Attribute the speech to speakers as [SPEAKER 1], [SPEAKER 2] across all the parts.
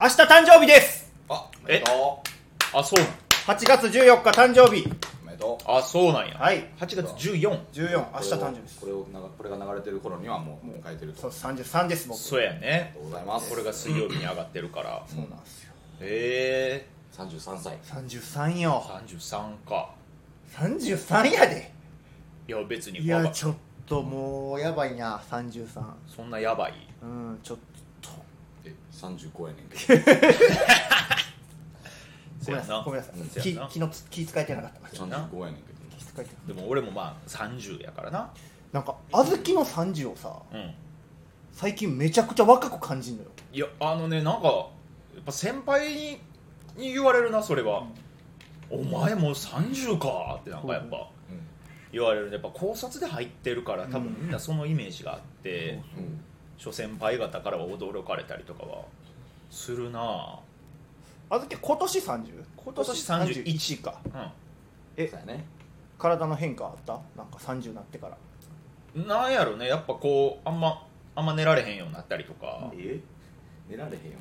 [SPEAKER 1] 明日誕生日です
[SPEAKER 2] あ、おめ
[SPEAKER 3] え
[SPEAKER 2] でとう。
[SPEAKER 3] あ、そう。
[SPEAKER 1] 8月14日誕生日
[SPEAKER 2] おめでとう。
[SPEAKER 3] あ、そうなんや。
[SPEAKER 1] はい
[SPEAKER 3] 8月14。
[SPEAKER 1] 14明日誕生日です
[SPEAKER 2] これをこれを流これが流れてる頃にはもう迎えてると。
[SPEAKER 1] そ
[SPEAKER 2] あ
[SPEAKER 1] う33です僕
[SPEAKER 3] そうやね
[SPEAKER 2] りがと。うございます。
[SPEAKER 3] これが水曜日に上がってるから。
[SPEAKER 1] そうなんですよ
[SPEAKER 3] え
[SPEAKER 2] 三十三歳。
[SPEAKER 1] 33よ
[SPEAKER 3] ー、33か。
[SPEAKER 1] 33やで
[SPEAKER 3] いや、別に
[SPEAKER 1] いやちょっともうやばいな33
[SPEAKER 3] そんなやばい。
[SPEAKER 1] うんちょっと
[SPEAKER 2] え、三十五やねんけど。
[SPEAKER 1] ご
[SPEAKER 3] そ
[SPEAKER 1] め
[SPEAKER 3] うんや
[SPEAKER 1] なさい
[SPEAKER 3] な
[SPEAKER 1] ごめんなさ
[SPEAKER 3] うん
[SPEAKER 1] い
[SPEAKER 3] そう
[SPEAKER 1] 気
[SPEAKER 3] やな
[SPEAKER 1] 気のつ気使えてなかった気
[SPEAKER 2] 三十五やねんけど。
[SPEAKER 1] 使えてなかっ
[SPEAKER 3] でも俺もまあ30やからな。
[SPEAKER 1] たなんか小豆の30をさ
[SPEAKER 3] うん。
[SPEAKER 1] 最近めちゃくちゃ若く感じるのよ
[SPEAKER 3] いや、あのね、なんか、やっぱ先輩にに言われるな、それは。お前もう30かってなんかやっぱ言われるねやっぱ考察で入ってるから多分みんなそのイメージがあって、
[SPEAKER 2] うん。うん。
[SPEAKER 3] 諸先輩方からは驚かれたりとかはするなぁ
[SPEAKER 1] 小豆今年 30? 今
[SPEAKER 3] 今年31
[SPEAKER 1] か
[SPEAKER 2] え、
[SPEAKER 1] え
[SPEAKER 2] そうやね。
[SPEAKER 1] 体の変化あったなんか30になってから
[SPEAKER 3] うん、なんやろねやっぱこうあんまあんま寝られへんようになったりとか、
[SPEAKER 2] え、寝られへんよ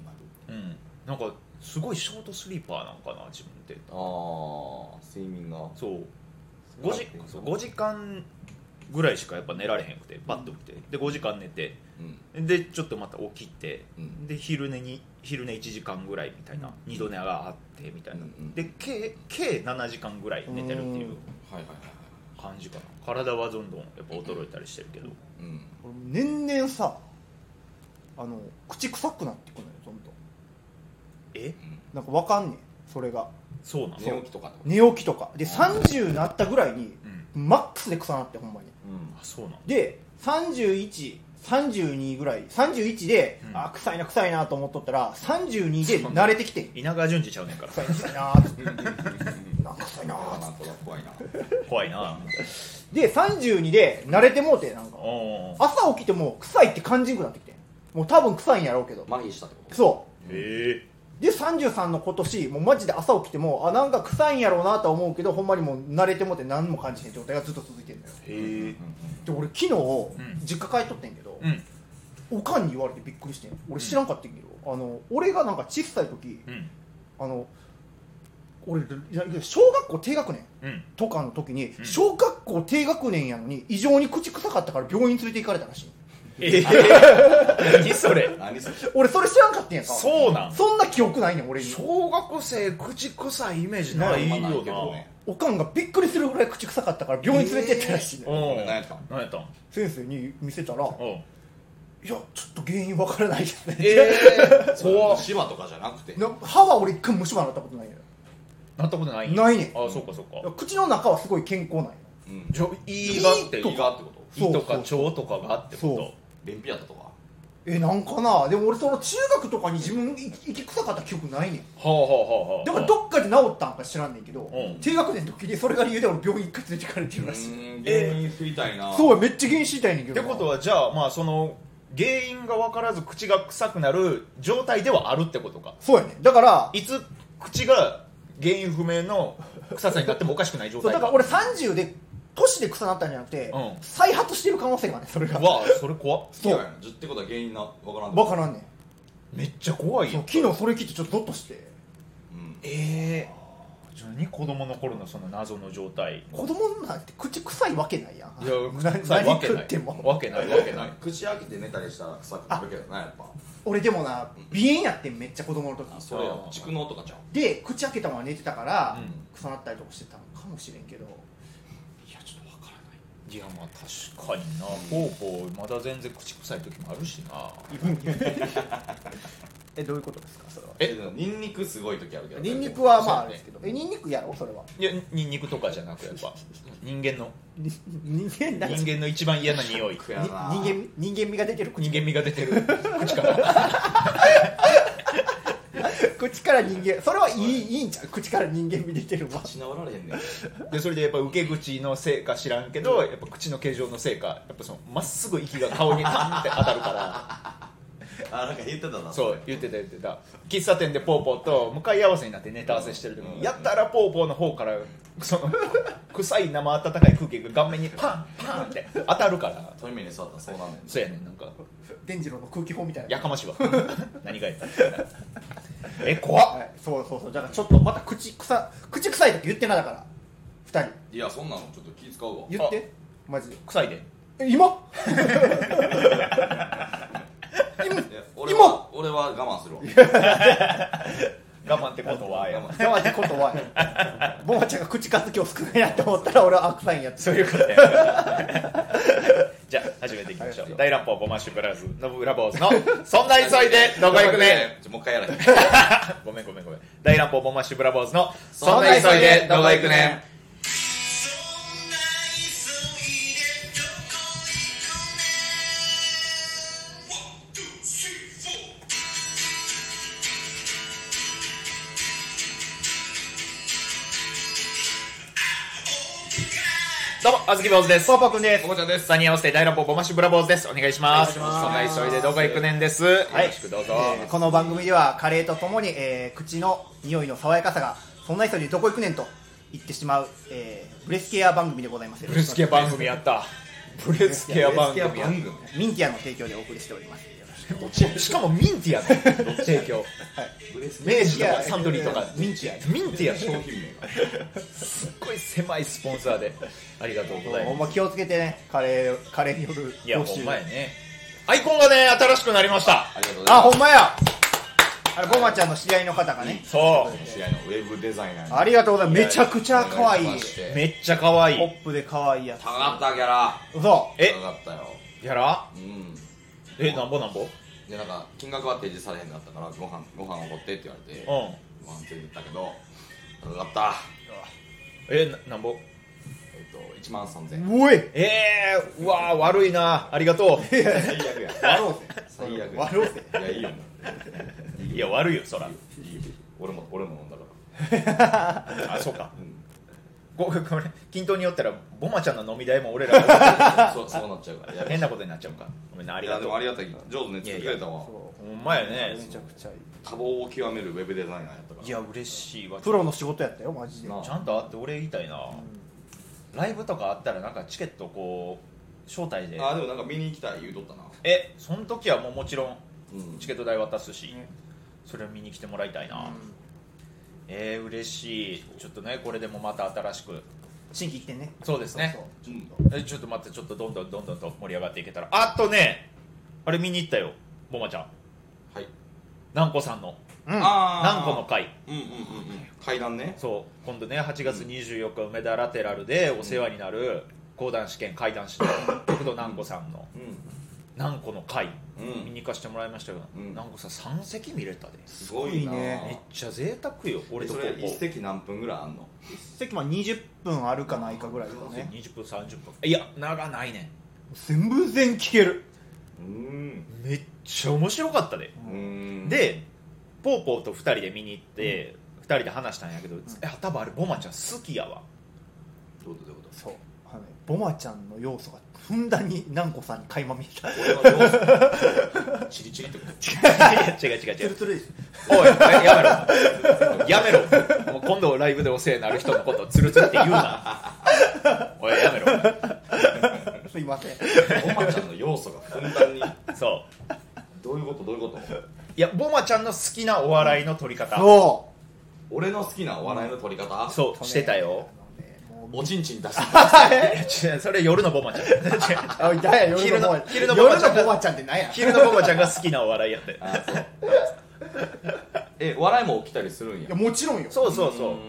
[SPEAKER 2] うになる。
[SPEAKER 3] うん、なんかすごいショートスリーパーなんかな自分って
[SPEAKER 2] ああ、睡眠が。
[SPEAKER 3] そう5時そう5時間ぐらいしかやっぱ寝られへんくてパッと起きてで5時間寝て
[SPEAKER 2] うん。
[SPEAKER 3] でちょっとまた起きて
[SPEAKER 2] うん。
[SPEAKER 3] で昼寝に昼寝1時間ぐらいみたいな二度寝があってみたい
[SPEAKER 2] う
[SPEAKER 3] な
[SPEAKER 2] んうん
[SPEAKER 3] で計計7時間ぐらい寝てるっていううん
[SPEAKER 2] はいはいはいはい。
[SPEAKER 3] 感じかな体はどんどんやっぱ衰えたりしてるけど
[SPEAKER 2] うん。
[SPEAKER 1] 俺年々さあの口臭くなってくるのよどんどん
[SPEAKER 3] え
[SPEAKER 2] うん
[SPEAKER 1] なんかわかんねんそれが
[SPEAKER 3] そうなの
[SPEAKER 2] 寝起きとかってこと。
[SPEAKER 1] 寝起きとかで30なったぐらいに
[SPEAKER 3] うん
[SPEAKER 1] マックスで臭なってほんまに
[SPEAKER 2] うん
[SPEAKER 3] あ。そうなの
[SPEAKER 1] で3132ぐらい31で、
[SPEAKER 3] うん
[SPEAKER 1] あ臭いな臭いなと思っとったら32で
[SPEAKER 3] そう
[SPEAKER 1] 慣れてきてん
[SPEAKER 3] 稲川淳二ちゃうねんから
[SPEAKER 1] 臭いな臭いなーってなんか臭いな
[SPEAKER 2] あ
[SPEAKER 1] ー
[SPEAKER 2] あ、
[SPEAKER 1] っ
[SPEAKER 2] なんとなく怖いな。
[SPEAKER 3] 怖いな
[SPEAKER 1] てで32で慣れてもうてなんか
[SPEAKER 3] おー
[SPEAKER 1] 朝起きても臭いって感じんくなってきてんもう多分臭いんやろうけど
[SPEAKER 2] 麻痺したってこと。
[SPEAKER 1] そ
[SPEAKER 3] へえ
[SPEAKER 1] うで33の今年もうマジで朝起きてもあなんか臭いんやろうなとは思うけどほんまにもう慣れてもうて何も感じへん状態がずっと続いてんだよ
[SPEAKER 3] へえ
[SPEAKER 1] で俺昨日、
[SPEAKER 3] ん
[SPEAKER 1] 実家帰っとってんけど、
[SPEAKER 3] うん
[SPEAKER 1] おかんに言われてびっくりしてん俺知らんかったんやけど、あの俺がなんか小さい時
[SPEAKER 3] うん
[SPEAKER 1] あの俺いや小学校低学年
[SPEAKER 3] うん
[SPEAKER 1] とかの時に、
[SPEAKER 3] うん
[SPEAKER 1] 小学校低学年やのに異常に口臭かったから病院連れて行かれたらしい
[SPEAKER 3] ええ何それ
[SPEAKER 2] 何それ。
[SPEAKER 1] 俺それ知らんかったんやんか
[SPEAKER 3] そうなん
[SPEAKER 1] そんな記憶ないねん俺に
[SPEAKER 3] 小学生口臭いイメージないよ
[SPEAKER 2] まあけど
[SPEAKER 3] な
[SPEAKER 2] ね。
[SPEAKER 1] おかんがびっくりするぐらい口臭かったから病院連れてったらしいねん、
[SPEAKER 3] お
[SPEAKER 2] 何やったん
[SPEAKER 3] 何やったん
[SPEAKER 1] 先生に見せたら「いや
[SPEAKER 3] おう
[SPEAKER 1] ちょっと原因わからないですね」
[SPEAKER 3] ええ怖っ
[SPEAKER 2] 芝とかじゃなくて。
[SPEAKER 1] な歯は俺一回も虫歯になったことないのよ
[SPEAKER 3] なったことない
[SPEAKER 1] ないねん
[SPEAKER 3] あそっかそっ
[SPEAKER 1] いや
[SPEAKER 3] か
[SPEAKER 1] 口の中はすごい健康なんよ
[SPEAKER 2] うん。
[SPEAKER 3] じゃ胃がって
[SPEAKER 2] 胃がってこと。
[SPEAKER 3] 胃とか
[SPEAKER 1] そう
[SPEAKER 3] 腸とかがあってこ
[SPEAKER 2] 便秘やったとか。
[SPEAKER 1] えなんかなでも俺その中学とかに自分息臭かった記憶ないねん
[SPEAKER 3] とはあはあはあはあ
[SPEAKER 1] だからどっかで治ったんか知らんねんけど
[SPEAKER 3] うん
[SPEAKER 1] 低学年の時にそれが理由で俺病院一回連れてかれてるらしい
[SPEAKER 2] え原因知りたいな。
[SPEAKER 1] そうや
[SPEAKER 2] う。
[SPEAKER 1] めっちゃ原因知りたいねんけ
[SPEAKER 3] って
[SPEAKER 1] ど
[SPEAKER 3] ことはじゃあまあその原因が分からず口が臭くなる状態ではあるってことか
[SPEAKER 1] そうやねんだから
[SPEAKER 3] いつ口が原因不明の臭さになってもおかしくない状
[SPEAKER 1] そう
[SPEAKER 3] 態
[SPEAKER 1] だから俺30で年で臭なったんじゃなくて、
[SPEAKER 3] うん
[SPEAKER 1] 再発してる可能性があるねんそれが
[SPEAKER 3] うわあそれ怖っ
[SPEAKER 2] そう
[SPEAKER 1] そう
[SPEAKER 2] やん。じってことは原因なわからんってこと。
[SPEAKER 1] わからんねん
[SPEAKER 3] めっちゃ怖い
[SPEAKER 1] そ
[SPEAKER 3] よ
[SPEAKER 1] う昨日それ聞いてちょっとゾッとして
[SPEAKER 2] うん。
[SPEAKER 3] ええー、何子供の頃のその謎の状態
[SPEAKER 1] 子供なんて口臭いわけないやん
[SPEAKER 3] いや
[SPEAKER 1] な
[SPEAKER 3] 臭いわ
[SPEAKER 1] 何
[SPEAKER 3] け
[SPEAKER 1] 食
[SPEAKER 3] な
[SPEAKER 1] って
[SPEAKER 3] い
[SPEAKER 1] も
[SPEAKER 3] わけないわけない
[SPEAKER 2] 口開けて寝たりしたら臭くなるけどなやっぱ
[SPEAKER 1] 俺でもな鼻炎やってんめっちゃ子供の時
[SPEAKER 2] それや
[SPEAKER 3] あー
[SPEAKER 2] 蓄能とかちゃう
[SPEAKER 1] で口開けたまま寝てたから、
[SPEAKER 3] うん
[SPEAKER 1] 臭なったりとかしてたのかもしれんけど
[SPEAKER 2] いやちょっとわからない
[SPEAKER 3] いやまあ確かになぽうぽうまだ全然口臭い時もあるしな
[SPEAKER 1] えどういうことですかそれは
[SPEAKER 2] えニンニクすごい時あるけど
[SPEAKER 1] ニンニクはまああ
[SPEAKER 3] そう
[SPEAKER 1] れ
[SPEAKER 3] やね
[SPEAKER 1] ですけどえニンニクやろそれはい
[SPEAKER 3] やニンニクとかじゃなくやっぱ人間の
[SPEAKER 1] に人間だ
[SPEAKER 3] 人間の一番嫌な匂い
[SPEAKER 2] 苦やな
[SPEAKER 1] に人間人間味が出てる口
[SPEAKER 3] 人間味が出てる口から
[SPEAKER 1] 口から人間それはいいいいんちゃう口から人間味出てるわ
[SPEAKER 2] 立ち直られへんねん
[SPEAKER 3] でそれでやっぱ受け口のせいか知らんけどやっぱ口の形状のせいかやっぱそのまっすぐ息が顔にカンって当たるから
[SPEAKER 2] あなんか言って たな
[SPEAKER 3] そう言ってた言ってた喫茶店でぽうぽうと向かい合わせになってネタ合わせしてる時
[SPEAKER 2] うん
[SPEAKER 3] にやったらぽうぽうの方からその臭い生温かい空気が顔面にパンパンって当たるから
[SPEAKER 2] トイメに座ったらそうなんねん
[SPEAKER 3] そうやねんなんか
[SPEAKER 1] 伝次郎の空気砲みたいな
[SPEAKER 3] やかましいわ何がやえ怖っ
[SPEAKER 1] はい、そうそうそうだからちょっとまた口臭口臭い時言ってなだから二人
[SPEAKER 2] いやそんなのちょっと気使うわ
[SPEAKER 1] 言ってマジで
[SPEAKER 3] 臭いで
[SPEAKER 1] え今 今
[SPEAKER 2] いや俺は俺は我慢するわ我
[SPEAKER 3] 我慢ってことはや
[SPEAKER 2] 慢する
[SPEAKER 1] 今ってことはボマちゃんが口数今日少ないなって思ったら俺は悪臭いんやつ
[SPEAKER 3] そういうことやじゃあ始めていきましょ
[SPEAKER 1] は
[SPEAKER 3] う
[SPEAKER 1] い
[SPEAKER 3] 大乱暴ボマッシュブラウズノブラボーズの「そんな急いでどこ行くね
[SPEAKER 2] ちょもう一回やらへん」
[SPEAKER 3] ごめんごめんごめん大乱暴ボマッシュブラボーズの「
[SPEAKER 2] そ
[SPEAKER 3] そ
[SPEAKER 2] ん
[SPEAKER 3] ん
[SPEAKER 2] な
[SPEAKER 3] な
[SPEAKER 2] 急
[SPEAKER 3] 急
[SPEAKER 2] い
[SPEAKER 3] い
[SPEAKER 2] で
[SPEAKER 3] で
[SPEAKER 2] ど
[SPEAKER 3] ど
[SPEAKER 2] こ
[SPEAKER 3] こ
[SPEAKER 2] 行
[SPEAKER 3] 行
[SPEAKER 2] く
[SPEAKER 3] く
[SPEAKER 2] ね
[SPEAKER 3] ねん」どうもあずき坊主です
[SPEAKER 1] パパ君です
[SPEAKER 2] もこちゃんです
[SPEAKER 3] 3人合わせて大乱暴ボマッシュブラボーズですお願いします
[SPEAKER 1] お
[SPEAKER 3] そんな
[SPEAKER 1] 願いします
[SPEAKER 3] 急いでどこ行くねんです、
[SPEAKER 1] はい
[SPEAKER 3] よろしくどうぞ、
[SPEAKER 1] えーこの番組ではカレーとともに、えー口の匂いの爽やかさがそんな人にどこ行くねんと言ってしまう、えーブレスケア番組でございます
[SPEAKER 3] ブレスケア番組やったブレスケア番組やった
[SPEAKER 2] 組
[SPEAKER 1] ミンティアの提供でお送りしておりますよろしく
[SPEAKER 3] しかもミンティアの提供
[SPEAKER 2] ブレス
[SPEAKER 3] 明治とかサントリーとか
[SPEAKER 1] ミンティア
[SPEAKER 3] ミンティアす
[SPEAKER 2] 商
[SPEAKER 3] っ
[SPEAKER 2] 品名
[SPEAKER 3] ごい狭いスポンサーでありがとうござい
[SPEAKER 1] ほん
[SPEAKER 3] ま
[SPEAKER 1] ま気をつけてねカレーカレーによる
[SPEAKER 3] すいやほんま
[SPEAKER 1] あ
[SPEAKER 3] やねアイコンがね新しくなりました
[SPEAKER 2] ありがとうございます
[SPEAKER 1] ほんまやあれボマちゃんの知り合いの方がね
[SPEAKER 3] そ
[SPEAKER 2] 試合のウェブデザイナーに
[SPEAKER 1] ありがとうございますめちゃくちゃ可愛い
[SPEAKER 2] お願まして
[SPEAKER 3] うめっちゃ可愛
[SPEAKER 1] ポ
[SPEAKER 3] い
[SPEAKER 1] ップで可愛いやつ
[SPEAKER 2] 高かったギャラ
[SPEAKER 1] そ
[SPEAKER 3] え
[SPEAKER 2] 高かったよ
[SPEAKER 3] やら
[SPEAKER 2] うん
[SPEAKER 3] えなんぼなんぼ
[SPEAKER 2] でなんか金額は提示されへんかったからご飯ご飯おごってって言われて
[SPEAKER 3] うん
[SPEAKER 2] ご飯連れてったけど高かった
[SPEAKER 3] えななんぼ
[SPEAKER 2] えっと1万3000
[SPEAKER 1] う
[SPEAKER 2] 円
[SPEAKER 1] おい
[SPEAKER 3] えー、うわー悪いなありがとう
[SPEAKER 2] 最悪や
[SPEAKER 1] 割ろうぜ
[SPEAKER 2] 最悪や
[SPEAKER 1] 割ろうぜ
[SPEAKER 2] いやいいよ
[SPEAKER 3] いや悪いよそら
[SPEAKER 2] いいよ俺も俺も飲んだか
[SPEAKER 3] あそうから
[SPEAKER 2] う
[SPEAKER 3] ここれ均等によったらボマちゃんの飲み代も俺ら が
[SPEAKER 2] んそうそうなっちゃうからやめ
[SPEAKER 3] 変なことになっちゃうかごめんなあ
[SPEAKER 2] あ
[SPEAKER 3] りが
[SPEAKER 2] で
[SPEAKER 3] とう
[SPEAKER 2] もありがたい上手ね作ってくれたわ
[SPEAKER 1] そ
[SPEAKER 3] ほんまや
[SPEAKER 1] う
[SPEAKER 3] ね
[SPEAKER 1] めちゃくちゃいい
[SPEAKER 2] 多忙を極めるウェブデザイナーやったから
[SPEAKER 3] いや嬉しいわ
[SPEAKER 1] プロの仕事やったよマジで
[SPEAKER 2] な
[SPEAKER 3] ちゃんと会って俺言いたいな、ライブとかあったらなんかチケットこう招待で
[SPEAKER 2] あでもなんか見に行きたい言うとったな
[SPEAKER 3] えその時はもうもちろん
[SPEAKER 2] うん
[SPEAKER 3] チケット代渡すし、
[SPEAKER 1] ね
[SPEAKER 3] それを見に来てもらいたいな、えー、嬉しいちょっとねこれでもまた新しく
[SPEAKER 1] 新規来てね
[SPEAKER 3] そうですね
[SPEAKER 1] そうそう
[SPEAKER 2] うん
[SPEAKER 1] ちょっ
[SPEAKER 3] えちょっと待ってちょっとどんどんどんどんと盛り上がっていけたらあとねあれ見に行ったよボマちゃん
[SPEAKER 2] はい
[SPEAKER 3] 南光さんの
[SPEAKER 1] とうん
[SPEAKER 2] あ
[SPEAKER 3] 南光の会
[SPEAKER 2] うんうんうんうん階段ね
[SPEAKER 3] そう今度ね8月24日梅田ラテラルでお世話になる講談試験怪談師の極道南光さんの
[SPEAKER 2] うん
[SPEAKER 3] 南光の会
[SPEAKER 2] うん
[SPEAKER 3] 見に行かしてもらいましたけど、
[SPEAKER 2] うん
[SPEAKER 3] なんかさ3席見れたです
[SPEAKER 2] ごいな
[SPEAKER 1] すごい
[SPEAKER 3] めっ
[SPEAKER 1] ね
[SPEAKER 3] ちゃ贅沢よ
[SPEAKER 2] 俺
[SPEAKER 3] 俺と
[SPEAKER 2] そ
[SPEAKER 3] こ
[SPEAKER 2] れ
[SPEAKER 3] こ
[SPEAKER 2] 一席何分ぐらいあんの
[SPEAKER 1] 席まあ20分あるかないかぐらいだよね
[SPEAKER 3] 20分30分いや長ないね
[SPEAKER 1] 全然聞ける
[SPEAKER 2] うん
[SPEAKER 3] んめっちゃ面白かったで、
[SPEAKER 2] うん
[SPEAKER 3] でぽーぽーと2人で見に行って、二2人で話したんやけど、え多分あれボマちゃん好きやわ
[SPEAKER 2] どういうことどういうこ
[SPEAKER 1] そうあのねボマちゃんの要素がふんだんに南光さんに垣間見えた
[SPEAKER 2] と俺はどうチリチリ ってこと
[SPEAKER 3] 違う違う違う
[SPEAKER 1] ツ
[SPEAKER 3] 違
[SPEAKER 1] ル
[SPEAKER 3] う
[SPEAKER 1] ツルでし
[SPEAKER 3] おいやめろやめろもう今度ライブでお世話になる人のことをツルツルって言うなおいやめろ
[SPEAKER 1] ょすいません
[SPEAKER 2] おまちゃんの要素がふんだんに
[SPEAKER 3] そう
[SPEAKER 2] どういうことどういうこと
[SPEAKER 3] いやボマちゃんの好きなお笑いの取り方、
[SPEAKER 1] そ
[SPEAKER 2] 俺の好きなお笑いの取り方
[SPEAKER 3] そううしてた
[SPEAKER 1] あ
[SPEAKER 3] よ
[SPEAKER 1] のねもう
[SPEAKER 2] おちんちん出して
[SPEAKER 3] いや違うそれ夜のボマちゃん違う違う
[SPEAKER 1] あいやいや夜のボマ
[SPEAKER 3] 昼の昼のボマちゃんが
[SPEAKER 1] 夜のボマちゃんって何や
[SPEAKER 3] 昼のボマちゃんが好きなお笑いやって
[SPEAKER 2] あそう え笑いも起きたりするん
[SPEAKER 1] い
[SPEAKER 2] や
[SPEAKER 1] やもちろんよ
[SPEAKER 3] そうそうそう、
[SPEAKER 2] ん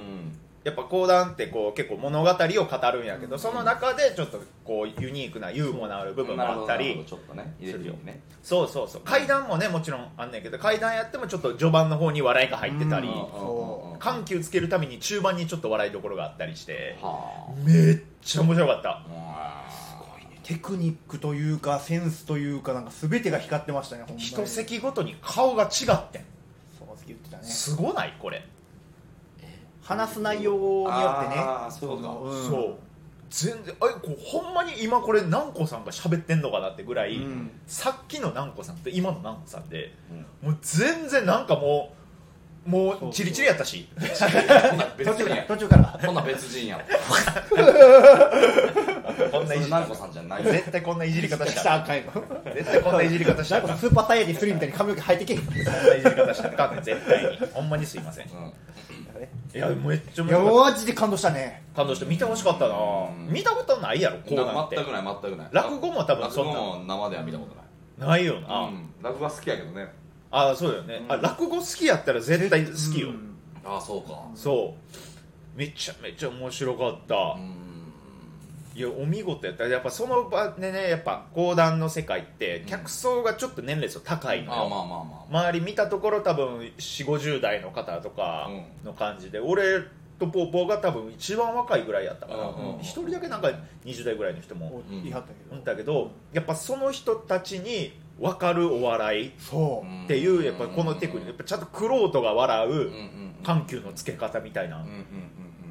[SPEAKER 3] やっぱ講談ってこう結構物語を語るんやけど、その中でちょっとこうユニークなユーモアのある部分もあった
[SPEAKER 2] なるほ
[SPEAKER 3] り
[SPEAKER 2] どちょっとね入れてるよね
[SPEAKER 3] そうそうそう階段もねもちろんあんねんけど階段やってもちょっと序盤の方に笑いが入ってたり、
[SPEAKER 1] うん
[SPEAKER 2] うんうんうん
[SPEAKER 3] 緩急つけるために中盤にちょっと笑いどころがあったりして
[SPEAKER 2] は
[SPEAKER 3] めっちゃ面白かった
[SPEAKER 2] あ
[SPEAKER 1] テクニックというかセンスというかなんか全てが光ってましたねほんまに
[SPEAKER 3] 一席ごとに顔が違ってん
[SPEAKER 1] そう好き言ってたね
[SPEAKER 3] すごないこれ、
[SPEAKER 1] 話す内容によってね
[SPEAKER 2] あーそういうことか
[SPEAKER 1] ん
[SPEAKER 3] そう全然あれこうほんまに今これ南光さんが喋ってんのかなってぐらい、
[SPEAKER 1] うん
[SPEAKER 3] さっきの南光さんと今の南光さんで
[SPEAKER 2] うん
[SPEAKER 3] もう全然なんかもうも
[SPEAKER 1] そう
[SPEAKER 3] うチリチリやったし
[SPEAKER 2] そんな別
[SPEAKER 1] 途中
[SPEAKER 2] 人
[SPEAKER 1] から
[SPEAKER 2] や
[SPEAKER 1] 途中から
[SPEAKER 2] そんな別人やろ
[SPEAKER 3] こんないじり
[SPEAKER 2] な こさんじゃないよ
[SPEAKER 3] 絶対こんないじり方し
[SPEAKER 1] したた
[SPEAKER 3] ら
[SPEAKER 1] らあかんよ
[SPEAKER 3] あかん絶対こんないじり方し
[SPEAKER 1] な
[SPEAKER 3] た
[SPEAKER 1] ん
[SPEAKER 3] ら
[SPEAKER 1] か
[SPEAKER 3] あかん
[SPEAKER 1] スーパーサイヤ人3みたいに髪の毛生えてけへんい
[SPEAKER 3] こんないじり方したらあかんね絶対にほんまにすいませんいやめっちゃ面
[SPEAKER 1] や
[SPEAKER 3] 白かっ
[SPEAKER 1] マジで感動したね
[SPEAKER 3] た感動して見てほしかったな
[SPEAKER 2] うん
[SPEAKER 3] 見たことないやろこ
[SPEAKER 2] う、
[SPEAKER 3] うんな
[SPEAKER 2] なん
[SPEAKER 3] て
[SPEAKER 2] 全くない全くない
[SPEAKER 3] 落語も多分
[SPEAKER 2] 落
[SPEAKER 3] そん
[SPEAKER 2] 語
[SPEAKER 3] な
[SPEAKER 2] も生では見たことない
[SPEAKER 3] ないよな、
[SPEAKER 2] うん、落語は好きやけどね
[SPEAKER 3] あそうだよね、あ落語好きやったら絶対好きよ、
[SPEAKER 1] うん
[SPEAKER 2] ああそうか
[SPEAKER 3] そうめちゃめちゃ面白かった、
[SPEAKER 2] うん
[SPEAKER 3] いやお見事やったやっぱその場でねやっぱ講談の世界って客層がちょっと年齢層高いの
[SPEAKER 2] ああ
[SPEAKER 3] よ、
[SPEAKER 2] まあまあま
[SPEAKER 3] 周り見たところ多分4 5 0代の方とかの感じで、俺とポーポーが多分一番若いぐらいやったから
[SPEAKER 2] うんうんうん
[SPEAKER 3] 一、人だけなんか20代ぐらいの人も
[SPEAKER 1] 言い張ったけ
[SPEAKER 3] お
[SPEAKER 1] ど
[SPEAKER 3] ったけどやっぱその人たちに分かるお笑い
[SPEAKER 1] そ
[SPEAKER 2] あ、
[SPEAKER 1] う
[SPEAKER 2] っ
[SPEAKER 3] っていうやっぱこのテクニックやっぱちゃんと玄人が笑う緩急のつけ方みたいな
[SPEAKER 2] うんうんうん